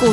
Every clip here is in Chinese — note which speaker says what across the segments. Speaker 1: 股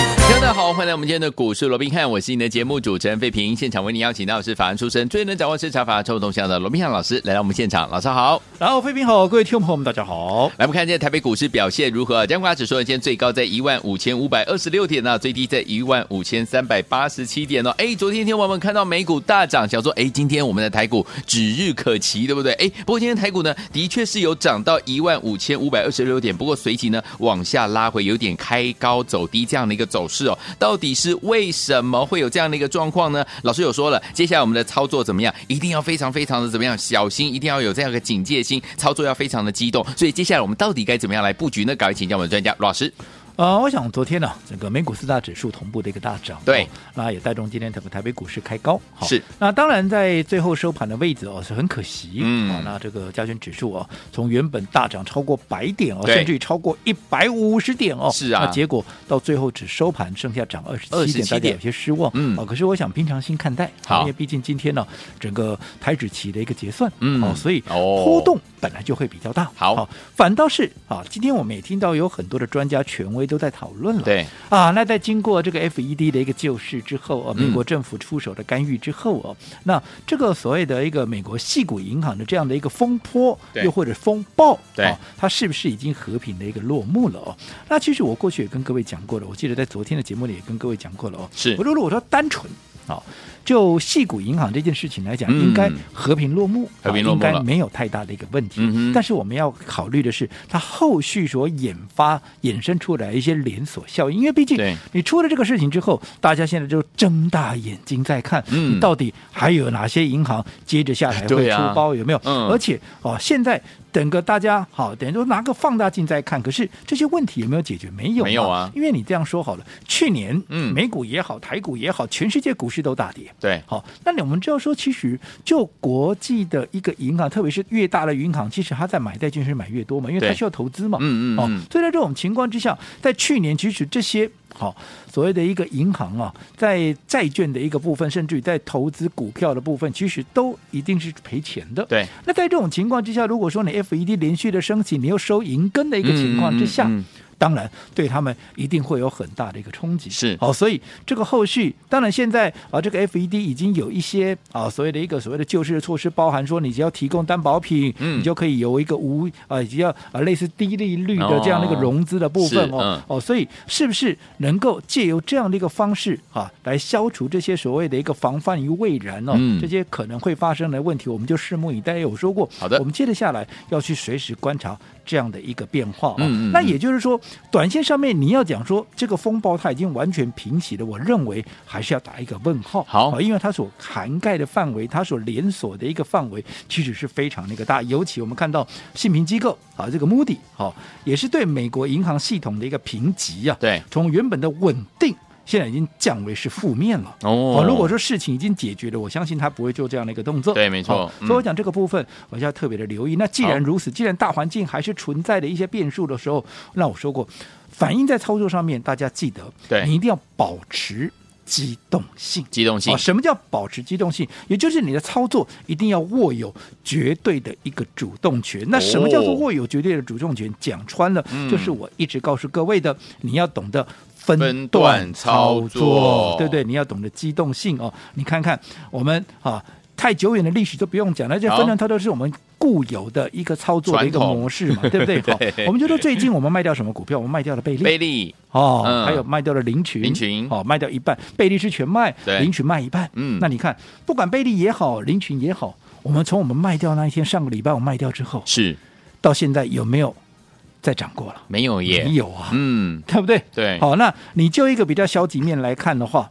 Speaker 2: 大家好，欢迎来我们今天的股市罗宾汉，我是你的节目主持人费平。现场为您邀请到的是法案出身、最能掌握市场法案臭动向的罗宾汉老师来到我们现场，老师好。
Speaker 3: 然后，飞平好，各位听众朋友们，大家好。
Speaker 2: 来，我们看现在台北股市表现如何？加权指数呢，今天最高在15,526点呢、最低在15,387点哦。哎，昨天天我们看到美股大涨，想说，哎，今天我们的台股指日可期，对不对？哎，不过今天台股呢，的确是有涨到15,526点，不过随即呢往下拉回，有点开高走低这样的一个走势哦。到底是为什么会有这样的一个状况呢？老师有说了，接下来我们的操作怎么样？一定要非常非常的怎么样小心，一定要有这样一个警戒心，操作要非常的激动。所以接下来我们到底该怎么样来布局呢？赶快请教我们的专家罗老师。
Speaker 3: 呃，我想昨天呢、整个美股四大指数同步的一个大涨，
Speaker 2: 对
Speaker 3: 哦那、也带动今天整个台北股市开高。好
Speaker 2: 是，
Speaker 3: 那当然在最后收盘的位置哦是很可惜，
Speaker 2: 嗯
Speaker 3: 哦那这个加权指数哦，从原本大涨超过百点哦，
Speaker 2: 对
Speaker 3: 甚至于超过一百五十点哦，
Speaker 2: 是啊
Speaker 3: 那结果到最后只收盘剩下涨二十七
Speaker 2: 27
Speaker 3: 点，大家有些失望，
Speaker 2: 嗯
Speaker 3: 哦，可是我想平常心看待，
Speaker 2: 好
Speaker 3: 因为毕竟今天呢、整个台指期的一个结算，
Speaker 2: 嗯
Speaker 3: 哦，所以
Speaker 2: 哦
Speaker 3: 波动本来就会比较大，
Speaker 2: 好
Speaker 3: 反倒是啊，今天我们也听到有很多的专家权威都在讨论了，
Speaker 2: 对
Speaker 3: 啊，那在经过这个 FED 的一个救市之后啊，
Speaker 2: 嗯
Speaker 3: 美国政府出手的干预之后哦，那这个所谓的一个美国系股银行的这样的一个风波，
Speaker 2: 对
Speaker 3: 又或者风暴，
Speaker 2: 对
Speaker 3: 啊，它是不是已经和平的一个落幕了哦？那其实我过去也跟各位讲过了，我记得在昨天的节目里也跟各位讲过了哦，
Speaker 2: 是
Speaker 3: 我说如果说单纯啊，就系股银行这件事情来讲，
Speaker 2: 嗯
Speaker 3: 应该和平落幕，
Speaker 2: 和平落幕
Speaker 3: 啊
Speaker 2: 了
Speaker 3: 应该没有太大的一个问题。
Speaker 2: 嗯哼
Speaker 3: 但是我们要考虑的是，它后续所引发、衍生出来一些连锁效应，因为毕竟
Speaker 2: 对
Speaker 3: 你出了这个事情之后，大家现在就睁大眼睛在看，
Speaker 2: 嗯
Speaker 3: 你到底还有哪些银行接着下来会
Speaker 2: 对
Speaker 3: 出
Speaker 2: 啊
Speaker 3: 包，有没有？
Speaker 2: 嗯
Speaker 3: 而且哦，现在。整个大家好，等于说拿个放大镜在看，可是这些问题有没有解决？没有，
Speaker 2: 没有啊
Speaker 3: 因为你这样说好了，去年
Speaker 2: 嗯
Speaker 3: 美股也好，台股也好，全世界股市都大跌，
Speaker 2: 对
Speaker 3: 好，那我们知道说，其实就国际的一个银行，特别是越大的银行，其实它在买债券是买越多嘛，因为它
Speaker 2: 对
Speaker 3: 需要投资嘛。
Speaker 2: 嗯嗯
Speaker 3: 哦
Speaker 2: 嗯，
Speaker 3: 所以在这种情况之下，在去年其实这些好、所谓的一个银行啊，在债券的一个部分，甚至于在投资股票的部分，其实都一定是赔钱的。。
Speaker 2: 对，
Speaker 3: 那在这种情况之下，如果说你 FED 连续的升息，你又收银根的一个情况之下，
Speaker 2: 嗯嗯嗯嗯
Speaker 3: 当然对他们一定会有很大的一个冲击。
Speaker 2: 是
Speaker 3: 哦，所以这个后续，当然现在啊，这个 FED 已经有一些啊所谓的一个所谓的救市的措施，包含说你只要提供担保品，
Speaker 2: 嗯
Speaker 3: 你就可以有一个无啊，只要啊类似低利率的这样的一个
Speaker 2: 哦
Speaker 3: 融资的部分
Speaker 2: 是
Speaker 3: 哦
Speaker 2: 嗯
Speaker 3: 哦，所以是不是能够借由这样的一个方式啊，来消除这些所谓的一个防范于未然哦，
Speaker 2: 嗯
Speaker 3: 这些可能会发生的问题，我们就拭目以待。有说过，
Speaker 2: 好的
Speaker 3: 我们接着下来要去随时观察这样的一个变化、哦。
Speaker 2: 嗯嗯嗯
Speaker 3: 那也就是说，短线上面你要讲说这个风暴它已经完全平息了，我认为还是要打一个问号。
Speaker 2: 好
Speaker 3: 哦因为它所涵盖的范围，它所连锁的一个范围，其实是非常那个大。尤其我们看到信评机构啊，这个 Moody 好、也是对美国银行系统的一个评级啊，
Speaker 2: 对
Speaker 3: 从原本的稳定，现在已经降为是负面了。
Speaker 2: 哦
Speaker 3: 如果说事情已经解决了，我相信他不会做这样的一个动作。
Speaker 2: 对没错
Speaker 3: 好
Speaker 2: 嗯
Speaker 3: 所以我讲这个部分，我就要特别的留意。那既然
Speaker 2: 好
Speaker 3: 如此，既然大环境还是存在的一些变数的时候，那我说过，反应在操作上面，大家记得，
Speaker 2: 对
Speaker 3: 你一定要保持机动性。
Speaker 2: 机动性
Speaker 3: 啊，什么叫保持机动性？也就是你的操作一定要握有绝对的一个主动权。那什么叫做
Speaker 2: 哦
Speaker 3: 握有绝对的主动权？讲穿了，
Speaker 2: 嗯
Speaker 3: 就是我一直告诉各位的，你要懂得。
Speaker 2: 分
Speaker 3: 分
Speaker 2: 段
Speaker 3: 段
Speaker 2: 操
Speaker 3: 操
Speaker 2: 作
Speaker 3: 作，对不对？你要懂得机动性哦。你看看我们啊，太久远的历史都不用讲了，这
Speaker 2: 好
Speaker 3: 分段操作是我们固有的一个操作的一个
Speaker 2: 传统
Speaker 3: 模式嘛，对不对？ 好
Speaker 2: 对，
Speaker 3: 我们就说最近我们卖掉什么股票？我们卖掉了贝利，
Speaker 2: 贝利，
Speaker 3: 哦，
Speaker 2: 嗯
Speaker 3: 还有卖掉了林群，
Speaker 2: 林群
Speaker 3: 哦，卖掉一半，贝利是全卖
Speaker 2: 对，
Speaker 3: 林群卖一半。
Speaker 2: 嗯
Speaker 3: 那你看，不管贝利也好，林群也好，我们从我们卖掉那一天，上个礼拜我卖掉之后，
Speaker 2: 是
Speaker 3: 到现在有没有再涨过了？
Speaker 2: 没有耶
Speaker 3: 没，有啊，
Speaker 2: 嗯，
Speaker 3: 对不对？
Speaker 2: 对，
Speaker 3: 好，那你就一个比较消极面来看的话，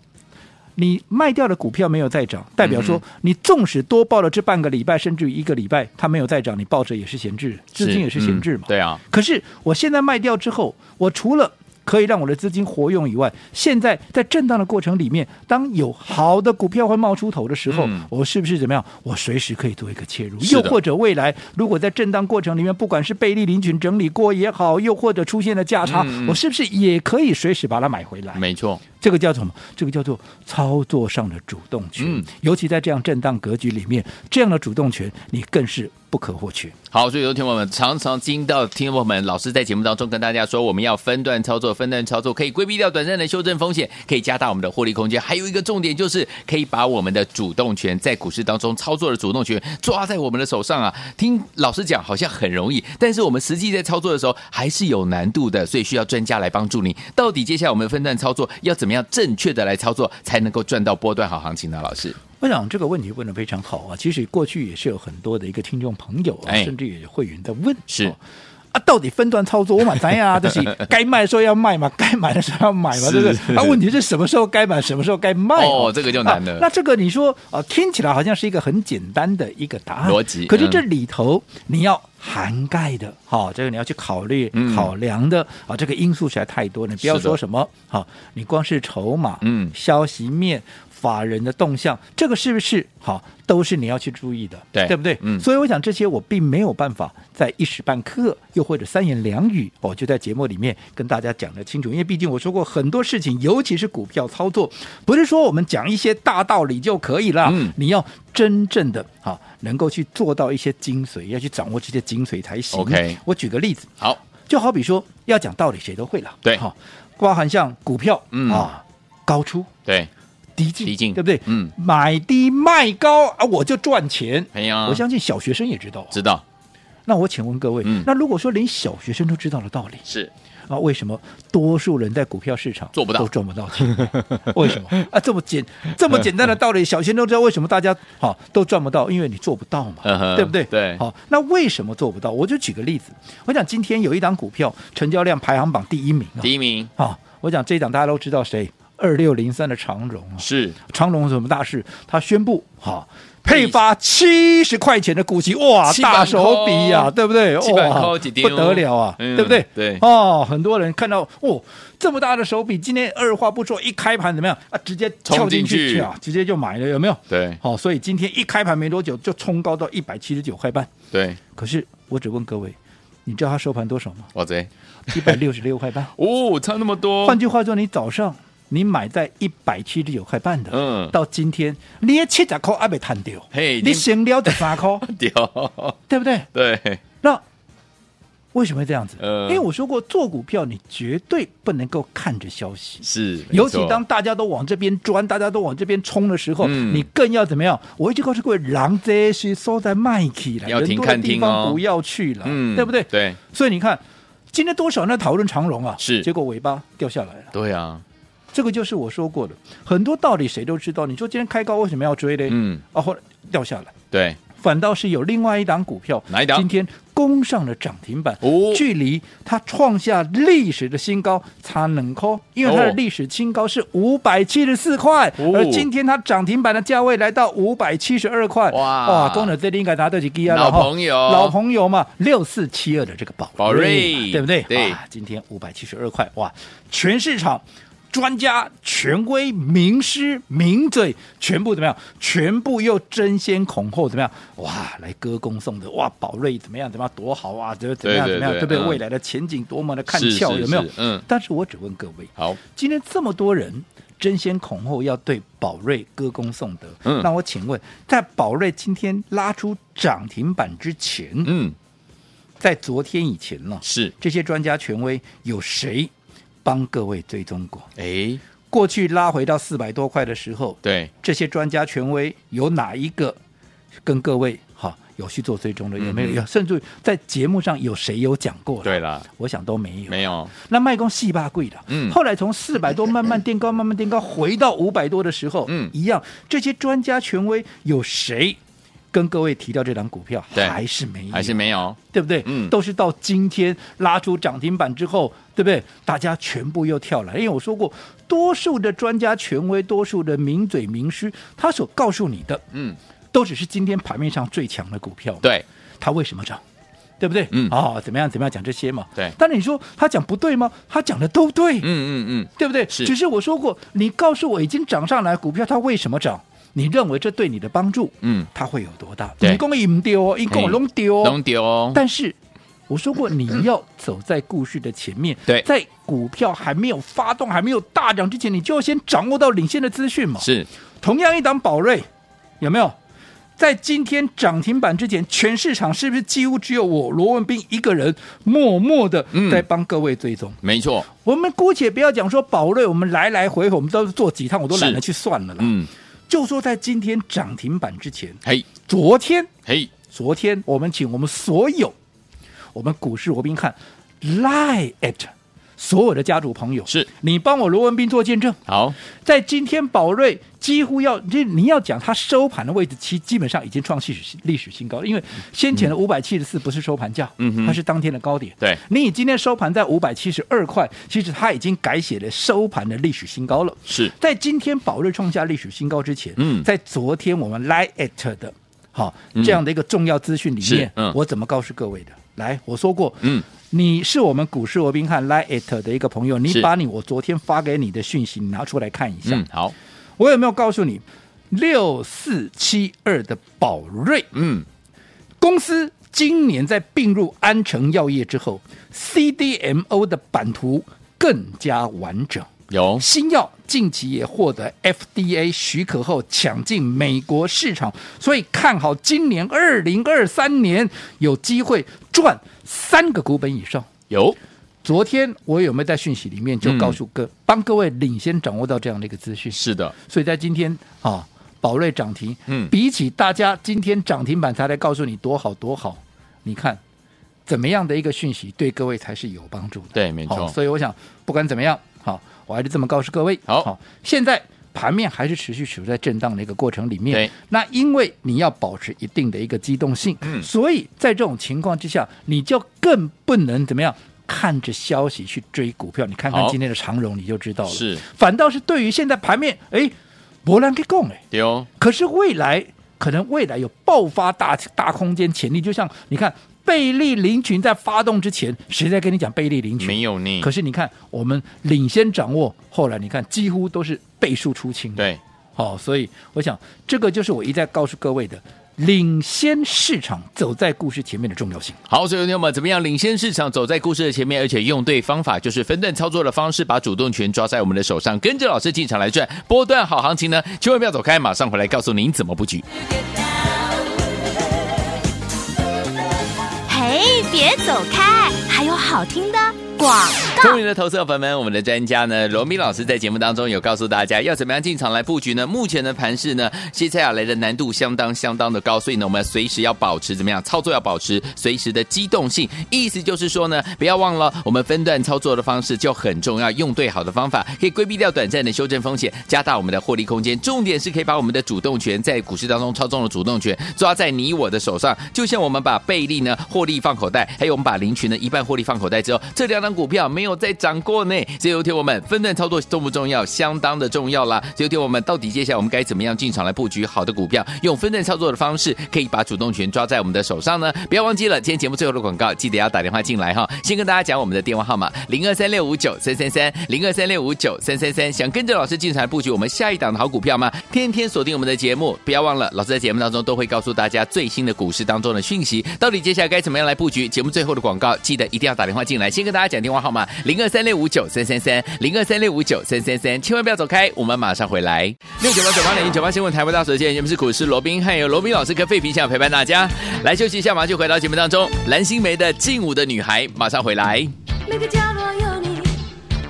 Speaker 3: 你卖掉的股票没有再涨，代表
Speaker 2: 嗯
Speaker 3: 说你纵使多报了这半个礼拜，甚至于一个礼拜，它没有再涨，你
Speaker 2: 嗯
Speaker 3: 抱着也是闲置，资金也是闲置嘛。
Speaker 2: 嗯对啊，
Speaker 3: 可是我现在卖掉之后，我除了可以让我的资金活用以外，现在在震荡的过程里面，当有好的股票会冒出头的时候，
Speaker 2: 嗯
Speaker 3: 我是不是怎么样？我随时可以做一个切入。
Speaker 2: 是
Speaker 3: 又
Speaker 2: 的
Speaker 3: 或者未来如果在震荡过程里面，不管是贝利林群整理过也好，又或者出现了价差，
Speaker 2: 嗯嗯
Speaker 3: 我是不是也可以随时把它买回来？
Speaker 2: 没错，
Speaker 3: 这个叫做什么？这个叫做操作上的主动权。
Speaker 2: 嗯
Speaker 3: 尤其在这样震荡格局里面，这样的主动权你更是不可或缺。
Speaker 2: 好，所以有听众朋友们常常听到听众朋友们老师在节目当中跟大家说，我们要分段操作，分段操作可以规避掉短暂的修正风险，可以加大我们的获利空间。还有一个重点就是可以把我们的主动权在股市当中操作的主动权抓在我们的手上啊。听老师讲好像很容易，但是我们实际在操作的时候还是有难度的，所以需要专家来帮助你。到底接下来我们分段操作要怎么样正确的来操作，才能够赚到波段好行情呢？老师，
Speaker 3: 我想这个问题问得非常好啊！其实过去也是有很多的一个听众朋友啊，
Speaker 2: 哎
Speaker 3: 甚至也有会员在问
Speaker 2: 是
Speaker 3: 哦啊，到底分段操作我买咱呀， 就是该卖的时候要卖嘛，该买的时候要买嘛，
Speaker 2: 是
Speaker 3: 对不对？啊，问题是什么时候该买，什么时候该卖、
Speaker 2: 哦这个就难了
Speaker 3: 啊那这个你说啊，听起来好像是一个很简单的一个答案
Speaker 2: 逻辑
Speaker 3: 可是
Speaker 2: 嗯
Speaker 3: 这里头你要。涵盖的，好、这个你要去考虑、
Speaker 2: 嗯
Speaker 3: 考量的啊、这个因素实在太多了，你不要
Speaker 2: 是的
Speaker 3: 说什么好、你光是筹码，
Speaker 2: 嗯
Speaker 3: 消息面、法人的动向，这个是不是好，都是你要去注意的，
Speaker 2: 对
Speaker 3: 对不对？
Speaker 2: 嗯
Speaker 3: 所以我想这些我并没有办法在一时半刻，又或者三言两语，我、就在节目里面跟大家讲得清楚，因为毕竟我说过很多事情，尤其是股票操作，不是说我们讲一些大道理就可以了，
Speaker 2: 嗯
Speaker 3: 你要真正的好、能够去做到一些精髓，要去掌握这些精髓才行。
Speaker 2: OK
Speaker 3: 我举个例子，
Speaker 2: 好，
Speaker 3: 就好比说要讲道理谁都会了，
Speaker 2: 对
Speaker 3: 好、包含像股票、
Speaker 2: 嗯
Speaker 3: 啊高出。
Speaker 2: 对，
Speaker 3: 低进，
Speaker 2: 低进
Speaker 3: 对不对？
Speaker 2: 嗯
Speaker 3: 买低卖高啊，我就赚钱。
Speaker 2: 哎呀
Speaker 3: 我相信小学生也知道啊。
Speaker 2: 知道
Speaker 3: 那我请问各位，
Speaker 2: 嗯
Speaker 3: 那如果说连小学生都知道的道理
Speaker 2: 是
Speaker 3: 啊，为什么多数人在股票市场
Speaker 2: 做不到
Speaker 3: 都赚不到钱？ 为什么啊？这么简 这么简单的道理，小学生都知道，为什么大家好、都赚不到？因为你做不到嘛，
Speaker 2: 嗯哼
Speaker 3: 对不对？
Speaker 2: 对
Speaker 3: 好、那为什么做不到？我就举个例子，我讲今天有一档股票成交量排行榜第一名啊，
Speaker 2: 第一名
Speaker 3: 啊、我讲这一档大家都知道谁？二六零三的长荣啊，
Speaker 2: 是
Speaker 3: 长隆有什么大事？他宣布哈、配发七十块钱的股息，哇，
Speaker 2: 七百
Speaker 3: 大手笔呀、
Speaker 2: 块
Speaker 3: 对不对？
Speaker 2: 七百
Speaker 3: 哇
Speaker 2: 块一张
Speaker 3: 不得了啊，
Speaker 2: 嗯
Speaker 3: 对不对？
Speaker 2: 对
Speaker 3: 哦，很多人看到哦，这么大的手笔，今天二话不说，一开盘怎么样啊？直接跳
Speaker 2: 冲
Speaker 3: 进
Speaker 2: 进去
Speaker 3: 去啊，直接就买了，有没有？
Speaker 2: 对
Speaker 3: 好、所以今天一开盘没多久就冲高到一百七十九块半。
Speaker 2: 对，
Speaker 3: 可是我只问各位，你知道它收盘多少吗？
Speaker 2: 哇塞，
Speaker 3: 一百六十六块半。
Speaker 2: 哦，差那么多，
Speaker 3: 换句话说，你早上你买在一百七十九块半的，
Speaker 2: 嗯
Speaker 3: 到今天你的七十块还没摊掉，
Speaker 2: 嘿已经
Speaker 3: 你省了十三 块，
Speaker 2: 掉，
Speaker 3: 对不对？
Speaker 2: 对，
Speaker 3: 那为什么会这样子？
Speaker 2: 嗯
Speaker 3: 因为我说过，做股票你绝对不能够看着消息。
Speaker 2: 是，没
Speaker 3: 尤其
Speaker 2: 错
Speaker 3: 当大家都往这边钻，大家都往这边冲的时候，
Speaker 2: 嗯
Speaker 3: 你更要怎么样？我一直告诉各位，狼这些收在麦起来，
Speaker 2: 要
Speaker 3: 人
Speaker 2: 停
Speaker 3: 多
Speaker 2: 看
Speaker 3: 的地
Speaker 2: 听哦
Speaker 3: 方不要去了，
Speaker 2: 嗯
Speaker 3: 对不对？
Speaker 2: 对，
Speaker 3: 所以你看，今天多少人在讨论长荣啊？
Speaker 2: 是
Speaker 3: 结果尾巴掉下来了。
Speaker 2: 对啊，
Speaker 3: 这个就是我说过的，很多道理谁都知道。你说今天开高为什么要追呢？
Speaker 2: 嗯，
Speaker 3: 啊，后来掉下来，
Speaker 2: 对，
Speaker 3: 反倒是有另外一档股票，
Speaker 2: 哪一档
Speaker 3: 今天攻上了涨停板，
Speaker 2: 哦
Speaker 3: 距离它创下历史的新高差冷扣，因为它的
Speaker 2: 哦
Speaker 3: 历史新高是五百七十四块，
Speaker 2: 哦
Speaker 3: 而今天它涨停板的价位来到五百七十二块，
Speaker 2: 哇
Speaker 3: 哇，功能这里应该拿得起基啊，
Speaker 2: 老
Speaker 3: 然后
Speaker 2: 朋友
Speaker 3: 老朋友嘛，六四七二的这个宝
Speaker 2: 宝瑞
Speaker 3: 对不对？
Speaker 2: 对
Speaker 3: 哇今天五百七十二块，哇，全市场专家、权威、名师、名嘴，全部怎么样？全部又争先恐后怎么样？哇，来歌功颂德，哇，宝瑞怎么样？怎么样？多好啊！怎么怎么样？
Speaker 2: 对对
Speaker 3: 怎么样？
Speaker 2: 对
Speaker 3: 对不对？
Speaker 2: 嗯
Speaker 3: 未来的前景多么的看
Speaker 2: 是
Speaker 3: 俏，
Speaker 2: 是
Speaker 3: 有没有
Speaker 2: 是？嗯
Speaker 3: 但是我只问各位，
Speaker 2: 好，
Speaker 3: 今天这么多人争先恐后要对宝瑞歌功颂德，
Speaker 2: 嗯
Speaker 3: 那我请问，在宝瑞今天拉出涨停板之前，
Speaker 2: 嗯，
Speaker 3: 在昨天以前呢，
Speaker 2: 是，
Speaker 3: 这些专家权威有谁帮各位追踪过？
Speaker 2: 哎，
Speaker 3: 过去拉回到四百多块的时候，
Speaker 2: 对，
Speaker 3: 这些专家权威有哪一个跟各位哈有去做追踪的？有没有？
Speaker 2: 嗯哼
Speaker 3: 有甚至在节目上有谁有讲过？
Speaker 2: 对，了，
Speaker 3: 我想都没有。
Speaker 2: 没有，
Speaker 3: 那卖光细八贵的，
Speaker 2: 嗯
Speaker 3: 后来从四百多慢慢垫高，慢慢垫高，回到五百多的时候，
Speaker 2: 嗯
Speaker 3: 一样，这些专家权威有谁跟各位提到这档股票？
Speaker 2: 对
Speaker 3: 还是没有，
Speaker 2: 还是没有，
Speaker 3: 对不对？
Speaker 2: 嗯
Speaker 3: 都是到今天拉出涨停板之后，对不对？大家全部又跳了，因为我说过，多数的专家权威，多数的名嘴名师，他所告诉你的，
Speaker 2: 嗯，
Speaker 3: 都只是今天盘面上最强的股票。，
Speaker 2: 对，
Speaker 3: 它为什么涨？对不对？
Speaker 2: 嗯
Speaker 3: 哦，怎么样怎么样讲这些嘛？
Speaker 2: 对
Speaker 3: 当然你说他讲不对吗？他讲的都对，
Speaker 2: 嗯嗯
Speaker 3: 对不对？
Speaker 2: 是
Speaker 3: 只是我说过，你告诉我已经涨上来股票它为什么涨？你认为这对你的帮助，
Speaker 2: 嗯，
Speaker 3: 它会有多大？
Speaker 2: 对
Speaker 3: 一共也唔丢哦，一共拢丢
Speaker 2: 嗯，
Speaker 3: 哦，
Speaker 2: 弄丢哦，
Speaker 3: 但是我说过，你要走在故事的前面，
Speaker 2: 对
Speaker 3: 在股票还没有发动、还没有大涨之前，你就要先掌握到领先的资讯嘛。
Speaker 2: 是
Speaker 3: 同样一档宝瑞，有没有？在今天涨停板之前，全市场是不是几乎只有我罗文斌一个人默默的
Speaker 2: 嗯
Speaker 3: 在帮各位追踪？
Speaker 2: 没错，
Speaker 3: 我们姑且不要讲说宝瑞，我们来来回回我们都是做几趟，我都懒得
Speaker 2: 是
Speaker 3: 去算了啦。
Speaker 2: 嗯，
Speaker 3: 就说在今天涨停板之前，
Speaker 2: 嘿
Speaker 3: 昨天
Speaker 2: 嘿，
Speaker 3: 昨天我们请我们所有我们股市罗宾汉 lie at 所有的家族朋友，
Speaker 2: 是
Speaker 3: 你帮我罗文斌做见证，
Speaker 2: 好，
Speaker 3: 在今天宝瑞几乎要，这你要讲它收盘的位置，其基本上已经创历史历史新高了，因为先前的五百七十四不是收盘价，
Speaker 2: 嗯哼
Speaker 3: 它是当天的高点。
Speaker 2: 对
Speaker 3: 你以今天收盘在五百七十二块，其实它已经改写了收盘的历史新高了。
Speaker 2: 是
Speaker 3: 在今天宝瑞创下历史新高之前，
Speaker 2: 嗯
Speaker 3: 在昨天我们 lie at 的，好、这样的一个重要资讯里面
Speaker 2: 是，嗯
Speaker 3: 我怎么告诉各位的？来，我说过，
Speaker 2: 嗯。
Speaker 3: 你是我们股市罗宾汉 lie at 的一个朋友，你
Speaker 2: 是
Speaker 3: 把你我昨天发给你的讯息，你拿出来看一下。
Speaker 2: 嗯，好，
Speaker 3: 我有没有告诉你，六四七二的宝瑞
Speaker 2: 嗯，
Speaker 3: 公司今年在并入安诚药业之后，CDMO 的版图更加完整。
Speaker 2: 有
Speaker 3: 新药近期也获得 FDA 许可后抢进美国市场，所以看好今年二零二三年有机会赚三个股本以上。
Speaker 2: 有，
Speaker 3: 昨天我有没有在讯息里面就告诉各、帮各位领先掌握到这样的一个资讯？
Speaker 2: 是的，
Speaker 3: 所以在今天啊，宝瑞涨停，
Speaker 2: 嗯
Speaker 3: 比起大家今天涨停板才来告诉你多好多好，你看怎么样的一个讯息对各位才是有帮助的。
Speaker 2: 对没错
Speaker 3: 好所以我想不管怎么样，好，我还是这么告诉各位。
Speaker 2: 好
Speaker 3: 现在。盘面还是持续处在震荡的一个过程里面
Speaker 2: 对，
Speaker 3: 那因为你要保持一定的一个机动性，
Speaker 2: 嗯
Speaker 3: 所以在这种情况之下，你就更不能怎么样看着消息去追股票。你看看
Speaker 2: 好
Speaker 3: 今天的长荣，你就知道了。
Speaker 2: 是
Speaker 3: 反倒是对于现在盘面，哎，博兰给供哎，
Speaker 2: 丢，
Speaker 3: 可是未来可能未来有爆发大大空间潜力，就像你看贝利林群在发动之前，谁在跟你讲贝利林群？
Speaker 2: 没有你，
Speaker 3: 可是你看，我们领先掌握，后来你看几乎都是倍数出清。，
Speaker 2: 对，
Speaker 3: 好、所以我想这个就是我一再告诉各位的，领先市场走在故事前面的重要性。
Speaker 2: 好，所以朋友们，怎么样领先市场，走在故事的前面，而且用对方法，就是分段操作的方式，把主动权抓在我们的手上，跟着老师进场来赚波段好行情呢，千万不要走开，马上回来告诉您怎么布局。
Speaker 1: 嘿，别走开，还有好听的广告。
Speaker 2: 聪明的投资者朋友们，我们的专家呢，罗明老师在节目当中有告诉大家要怎么样进场来布局呢？目前的盘势呢，接下来的难度相当相当的高，所以呢，我们随时要保持怎么样操作要保持随时的机动性。意思就是说呢，不要忘了我们分段操作的方式就很重要，用对好的方法可以规避掉短暂的修正风险，加大我们的获利空间。重点是可以把我们的主动权在股市当中操纵的主动权抓在你我的手上，就像我们把贝利呢获利放口袋，还有我们把林群呢一半获利放口袋之后，这两档股票没有再涨过呢。所以有天我们分段操作重不重要？相当的重要啦。所以有天我们到底接下来我们该怎么样进场来布局好的股票？用分段操作的方式，可以把主动权抓在我们的手上呢？不要忘记了，今天节目最后的广告，记得要打电话进来哈。先跟大家讲我们的电话号码：零二三六五九三三三，零二三六五九三三三。想跟着老师进场来布局我们下一档的好股票吗？天天锁定我们的节目，不要忘了，老师在节目当中都会告诉大家最新的股市当中的讯息，到底接下来该怎么样来布局？节目最后的广告，记得一定要打电话进来。先跟大家讲电话号码：零二三六五九三三三，零二三六五九三三三，千万不要走开，我们马上回来。六九八九八零九八新闻台湾大所见，节目是股市罗宾汉，有罗宾老师跟费平想陪伴大家来休息一下，马上就回到节目当中。蓝心湄的《劲舞的女孩》马上回来。
Speaker 4: 每个角落有你，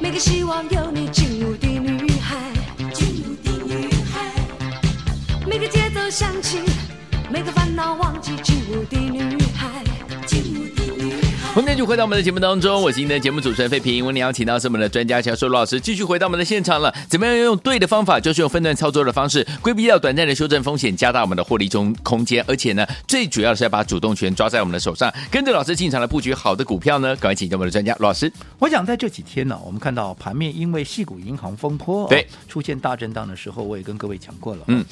Speaker 4: 每个希望有你，劲舞的女孩，劲舞的女孩。每个节奏响起，每个烦恼忘记，劲舞的女孩，劲舞的女孩。
Speaker 2: 欢迎继续回到我们的节目当中，我是您的节目主持人费平。为您邀请到是我们的专家乔硕罗老师，继续回到我们的现场了。怎么样用对的方法，就是用分段操作的方式，规避掉短暂的修正风险，加大我们的获利中空间，而且呢，最主要的是要把主动权抓在我们的手上，跟着老师进场来布局好的股票呢。赶快请教我们的专家罗老师。
Speaker 3: 我想在这几天呢，我们看到盘面因为系股银行风波、啊
Speaker 2: 对
Speaker 3: 出现大震荡的时候，我也跟各位讲过了。
Speaker 2: 嗯，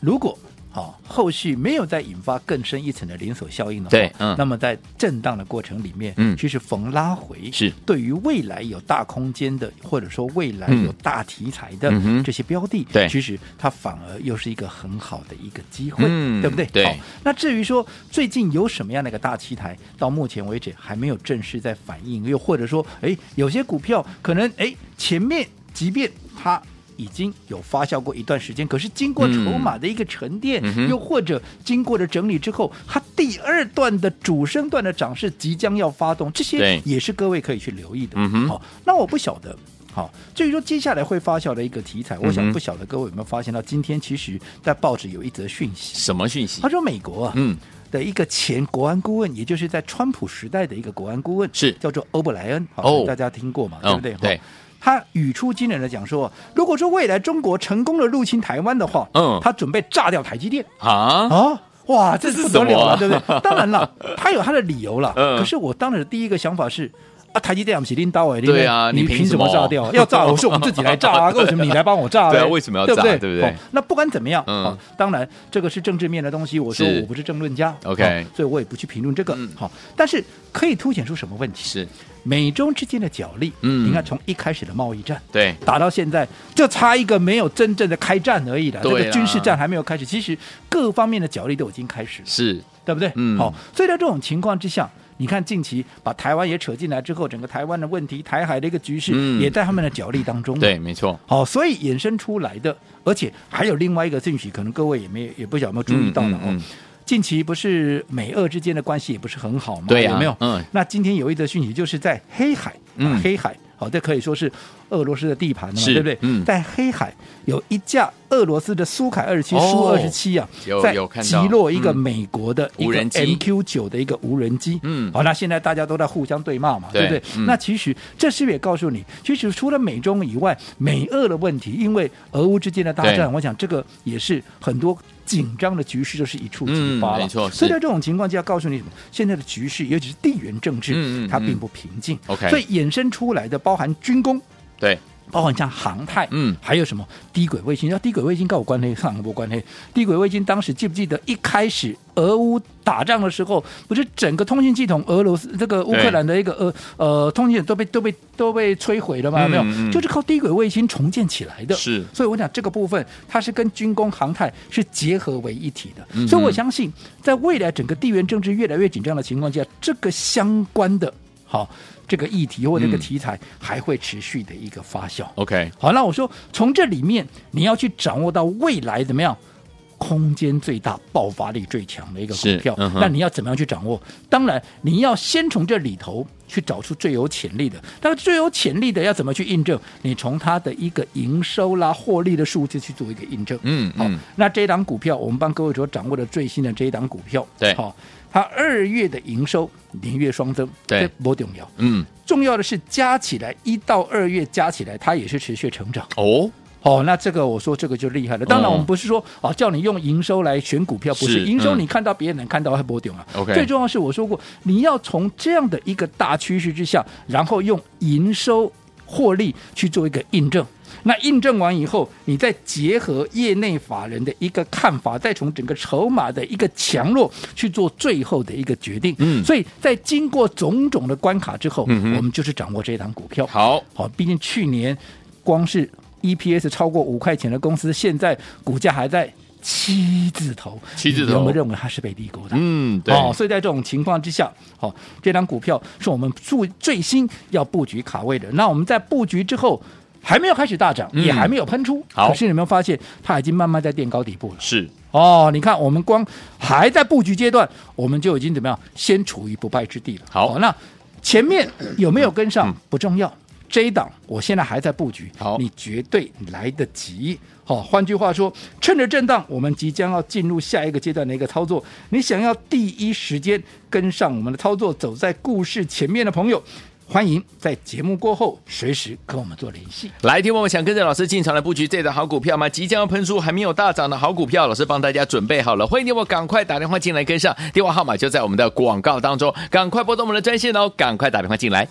Speaker 3: 如果好、后续没有再引发更深一层的连锁效应的话，
Speaker 2: 对嗯
Speaker 3: 那么在震荡的过程里面，
Speaker 2: 嗯
Speaker 3: 其实逢拉回
Speaker 2: 是
Speaker 3: 对于未来有大空间的，或者说未来
Speaker 2: 嗯
Speaker 3: 有大题材的
Speaker 2: 嗯哼
Speaker 3: 这些标的，
Speaker 2: 对
Speaker 3: 其实它反而又是一个很好的一个机会，
Speaker 2: 嗯
Speaker 3: 对不对？
Speaker 2: 对
Speaker 3: 好，那至于说最近有什么样的一个大题材，到目前为止还没有正式在反映，又或者说，哎，有些股票可能哎前面即便它。已经有发酵过一段时间，可是经过筹码的一个沉淀，
Speaker 2: 嗯哼
Speaker 3: 又或者经过了整理之后，它第二段的主升段的涨势即将要发动，这些
Speaker 2: 对
Speaker 3: 也是各位可以去留意的。
Speaker 2: 嗯哼
Speaker 3: 好，那我不晓得。好，至于说接下来会发酵的一个题材，我
Speaker 2: 嗯
Speaker 3: 想
Speaker 2: 哼
Speaker 3: 不晓得各位有没有发现到，今天其实在报纸有一则讯息，
Speaker 2: 什么讯息
Speaker 3: 他？说美国啊，
Speaker 2: 嗯，
Speaker 3: 的一个前国安顾问，也就是在川普时代的一个国安顾问，
Speaker 2: 是
Speaker 3: 叫做欧布莱恩，好、
Speaker 2: 哦
Speaker 3: 大家听过嘛，
Speaker 2: 嗯
Speaker 3: 对不对？
Speaker 2: 对
Speaker 3: 他语出惊人的讲说，如果说未来中国成功的入侵台湾的话，
Speaker 2: 嗯
Speaker 3: 他准备炸掉台积电
Speaker 2: 啊，
Speaker 3: 啊。哇，这
Speaker 2: 是
Speaker 3: 不得
Speaker 2: 什么
Speaker 3: 了
Speaker 2: 啊
Speaker 3: 了，对不 对？当然了，他有他的理由了。
Speaker 2: 嗯
Speaker 3: 可是我当时第一个想法是，啊，台积电不是拎刀哎，
Speaker 2: 对啊
Speaker 3: 你
Speaker 2: 你凭
Speaker 3: 凭什么
Speaker 2: 什么
Speaker 3: 炸掉？要炸，我是我们自己来 炸啊，为什么你来帮我炸嘞？
Speaker 2: 对啊为什么要
Speaker 3: 对不
Speaker 2: 炸
Speaker 3: 对？
Speaker 2: 对不对
Speaker 3: 哦那不管怎么样，
Speaker 2: 嗯
Speaker 3: 好，当然这个是政治面的东西，我说
Speaker 2: 是
Speaker 3: 我不是政论家
Speaker 2: OK
Speaker 3: 好所以我也不去评论这个
Speaker 2: 嗯。
Speaker 3: 好，但是可以凸显出什么问题？
Speaker 2: 是
Speaker 3: 美中之间的角力，
Speaker 2: 嗯
Speaker 3: 你看从一开始的贸易战。
Speaker 2: 对，
Speaker 3: 打到现在，就差一个没有真正的开战而已了。这
Speaker 2: 对啦啊
Speaker 3: 个军事战还没有开始，其实各方面的角力都已经开始了。
Speaker 2: 是，
Speaker 3: 对不对？
Speaker 2: 嗯
Speaker 3: 好，所以在这种情况之下，你看近期把台湾也扯进来之后，整个台湾的问题、台海的一个局势、
Speaker 2: 嗯
Speaker 3: 也在他们的角力当中。
Speaker 2: 对，，没错，
Speaker 3: 好，所以衍生出来的，而且还有另外一个讯息，可能各位也没也不晓得有没有注意到了哦。
Speaker 2: 嗯嗯嗯
Speaker 3: 近期不是美俄之间的关系也不是很好嘛？
Speaker 2: 对呀
Speaker 3: 有没有？
Speaker 2: 嗯
Speaker 3: 那今天有一则讯息，就是在黑海，
Speaker 2: 嗯
Speaker 3: 啊黑海，好、这可以说是俄罗斯的地盘了嘛，
Speaker 2: 是
Speaker 3: 对不对？
Speaker 2: 嗯
Speaker 3: 在黑海有一架俄罗斯的苏凯二十七、
Speaker 2: 哦
Speaker 3: 苏二十七啊
Speaker 2: 有，
Speaker 3: 在
Speaker 2: 有看
Speaker 3: 击
Speaker 2: 到
Speaker 3: 落一个
Speaker 2: 嗯
Speaker 3: 美国的一
Speaker 2: 无
Speaker 3: 个
Speaker 2: 人机
Speaker 3: MQ 九的一个无人机。
Speaker 2: 嗯
Speaker 3: 好，那现在大家都在互相对骂嘛，
Speaker 2: 对
Speaker 3: 不对？
Speaker 2: 嗯
Speaker 3: 那其实这是不是也告诉你，其实除了美中以外，美俄的问题，因为俄乌之间的大
Speaker 2: 对
Speaker 3: 战，我想这个也是很多紧张的局势就是一触即发
Speaker 2: 嗯
Speaker 3: 了。
Speaker 2: 没错
Speaker 3: 所
Speaker 2: 是
Speaker 3: 以在这种情况下，告诉你什么？现在的局势，尤其是地缘政治，
Speaker 2: 嗯嗯
Speaker 3: 它并
Speaker 2: 嗯
Speaker 3: 不平静。
Speaker 2: OK
Speaker 3: 所以衍生出来的，包含军工。
Speaker 2: 对，
Speaker 3: 包含像航太，
Speaker 2: 嗯
Speaker 3: 还有什么低轨卫星？那低轨卫星跟我关黑，上一波关黑。低轨卫星当时记不记得一开始俄乌打仗的时候，不是整个通信系统，俄罗斯这个乌克兰的一个呃呃通信系统都被都被都被摧毁了吗？
Speaker 2: 嗯
Speaker 3: 有没有，
Speaker 2: 嗯
Speaker 3: 就是靠低轨卫星重建起来的。
Speaker 2: 是
Speaker 3: 所以我讲这个部分，它是跟军工航太是结合为一体的。
Speaker 2: 嗯哼
Speaker 3: 所以我相信，在未来整个地缘政治越来越紧张的情况下，这个相关的好。这个议题或这个
Speaker 2: 嗯
Speaker 3: 题材还会持续的一个发酵。
Speaker 2: ，OK，
Speaker 3: 好，那我说从这里面你要去掌握到未来怎么样？空间最大、爆发力最强的一个股
Speaker 2: 是
Speaker 3: 票，
Speaker 2: 嗯哼
Speaker 3: 那你要怎么样去掌握？当然，你要先从这里头去找出最有潜力的。那最有潜力的要怎么去印证？你从它的一个营收啦、获利的数字去做一个印证。
Speaker 2: 嗯
Speaker 3: 好
Speaker 2: 嗯，
Speaker 3: 那这一档股票，我们帮各位所掌握的最新的这一档股票，
Speaker 2: 对
Speaker 3: 好，它二月的营收年月双增，
Speaker 2: 对
Speaker 3: 不重要。
Speaker 2: 嗯，
Speaker 3: 重要的是加起来一到二月加起来，它也是持续成长。
Speaker 2: 哦，
Speaker 3: 哦，那这个我说这个就厉害了。当然，我们不是说啊、叫你用营收来选股票，不是
Speaker 2: 是
Speaker 3: 营收
Speaker 2: 嗯
Speaker 3: 你看到别人能看到还不丢啊。
Speaker 2: OK
Speaker 3: 最重要是我说过，你要从这样的一个大趋势之下，然后用营收获利去做一个印证。那印证完以后，你再结合业内法人的一个看法，再从整个筹码的一个强弱去做最后的一个决定。
Speaker 2: 嗯
Speaker 3: 所以在经过种种的关卡之后，
Speaker 2: 嗯哼
Speaker 3: 我们就是掌握这一档股票。
Speaker 2: 好，
Speaker 3: 好，毕竟去年光是 EPS 超过五块钱的公司，现在股价还在七字头，
Speaker 2: 七字头
Speaker 3: 你有没有认为它是被低估的？
Speaker 2: 嗯，对，
Speaker 3: 哦，所以在这种情况之下，好、这张股票是我们最最新要布局卡位的。那我们在布局之后，还没有开始大涨，
Speaker 2: 嗯
Speaker 3: 也还没有喷出，
Speaker 2: 好
Speaker 3: 可是你有没有发现它已经慢慢在垫高底部了？
Speaker 2: 是
Speaker 3: 哦，你看，我们光还在布局阶段，我们就已经怎么样，先处于不败之地了。
Speaker 2: 好嗯
Speaker 3: 那前面有没有跟上不重要，这一档我现在还在布局，
Speaker 2: 好
Speaker 3: 你绝对来得及。好、换句话说，趁着震荡，我们即将要进入下一个阶段的一个操作。你想要第一时间跟上我们的操作，走在故事前面的朋友，欢迎在节目过后随时跟我们做联系。
Speaker 2: 来，听我们想跟着老师进场来布局这档好股票吗？即将要喷出还没有大涨的好股票，老师帮大家准备好了，欢迎你我赶快打电话进来跟上，电话号码就在我们的广告当中，赶快拨通我们的专线哦，赶快打电话进来。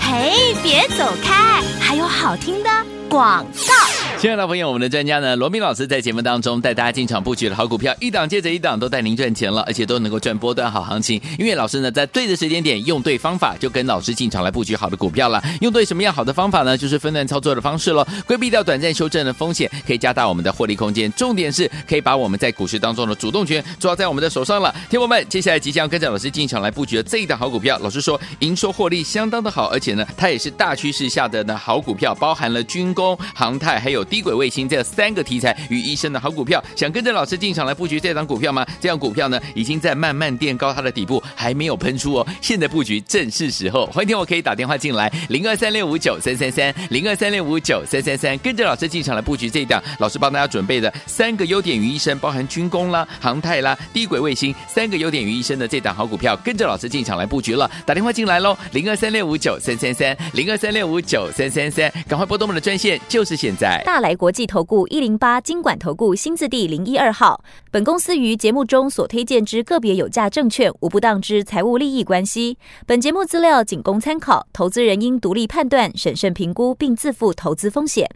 Speaker 1: 嘿，别走开，还有好听的广告。
Speaker 2: 亲爱的朋友，我们的专家呢，罗明老师在节目当中带大家进场布局的好股票，一档接着一档都带您赚钱了，而且都能够赚波段好行情。因为老师呢，在对的时间点，用对方法，就跟老师进场来布局好的股票了。用对什么样好的方法呢？就是分段操作的方式喽，规避掉短暂修正的风险，可以加大我们的获利空间。重点是可以把我们在股市当中的主动权抓在我们的手上了。听友们，接下来即将跟着老师进场来布局的这一档好股票，老师说营收获利相当的好，而且呢，它也是大趋势下的呢好股票，包含了军工、航太还有低轨卫星这三个题材与医生的好股票。想跟着老师进场来布局这档股票吗？这档股票呢，已经在慢慢垫高它的底部，还没有喷出哦。现在布局正是时候，欢迎听我可以打电话进来，零二三六五九三三三，零二三六五九三三三，跟着老师进场来布局这一档，老师帮大家准备的三个优点与医生，包含军工啦、航太啦、低轨卫星三个优点与医生的这档好股票，跟着老师进场来布局了，打电话进来喽，零二三六五九三三三，零二三六五九三三三，赶快拨动我们的专线，就是现在。
Speaker 1: 大来国际投顾一零八金管投顾新字第零一二号。本公司于节目中所推荐之个别有价证券，无不当之财务利益关系。本节目资料仅供参考，投资人应独立判断、审慎评估，并自负投资风险。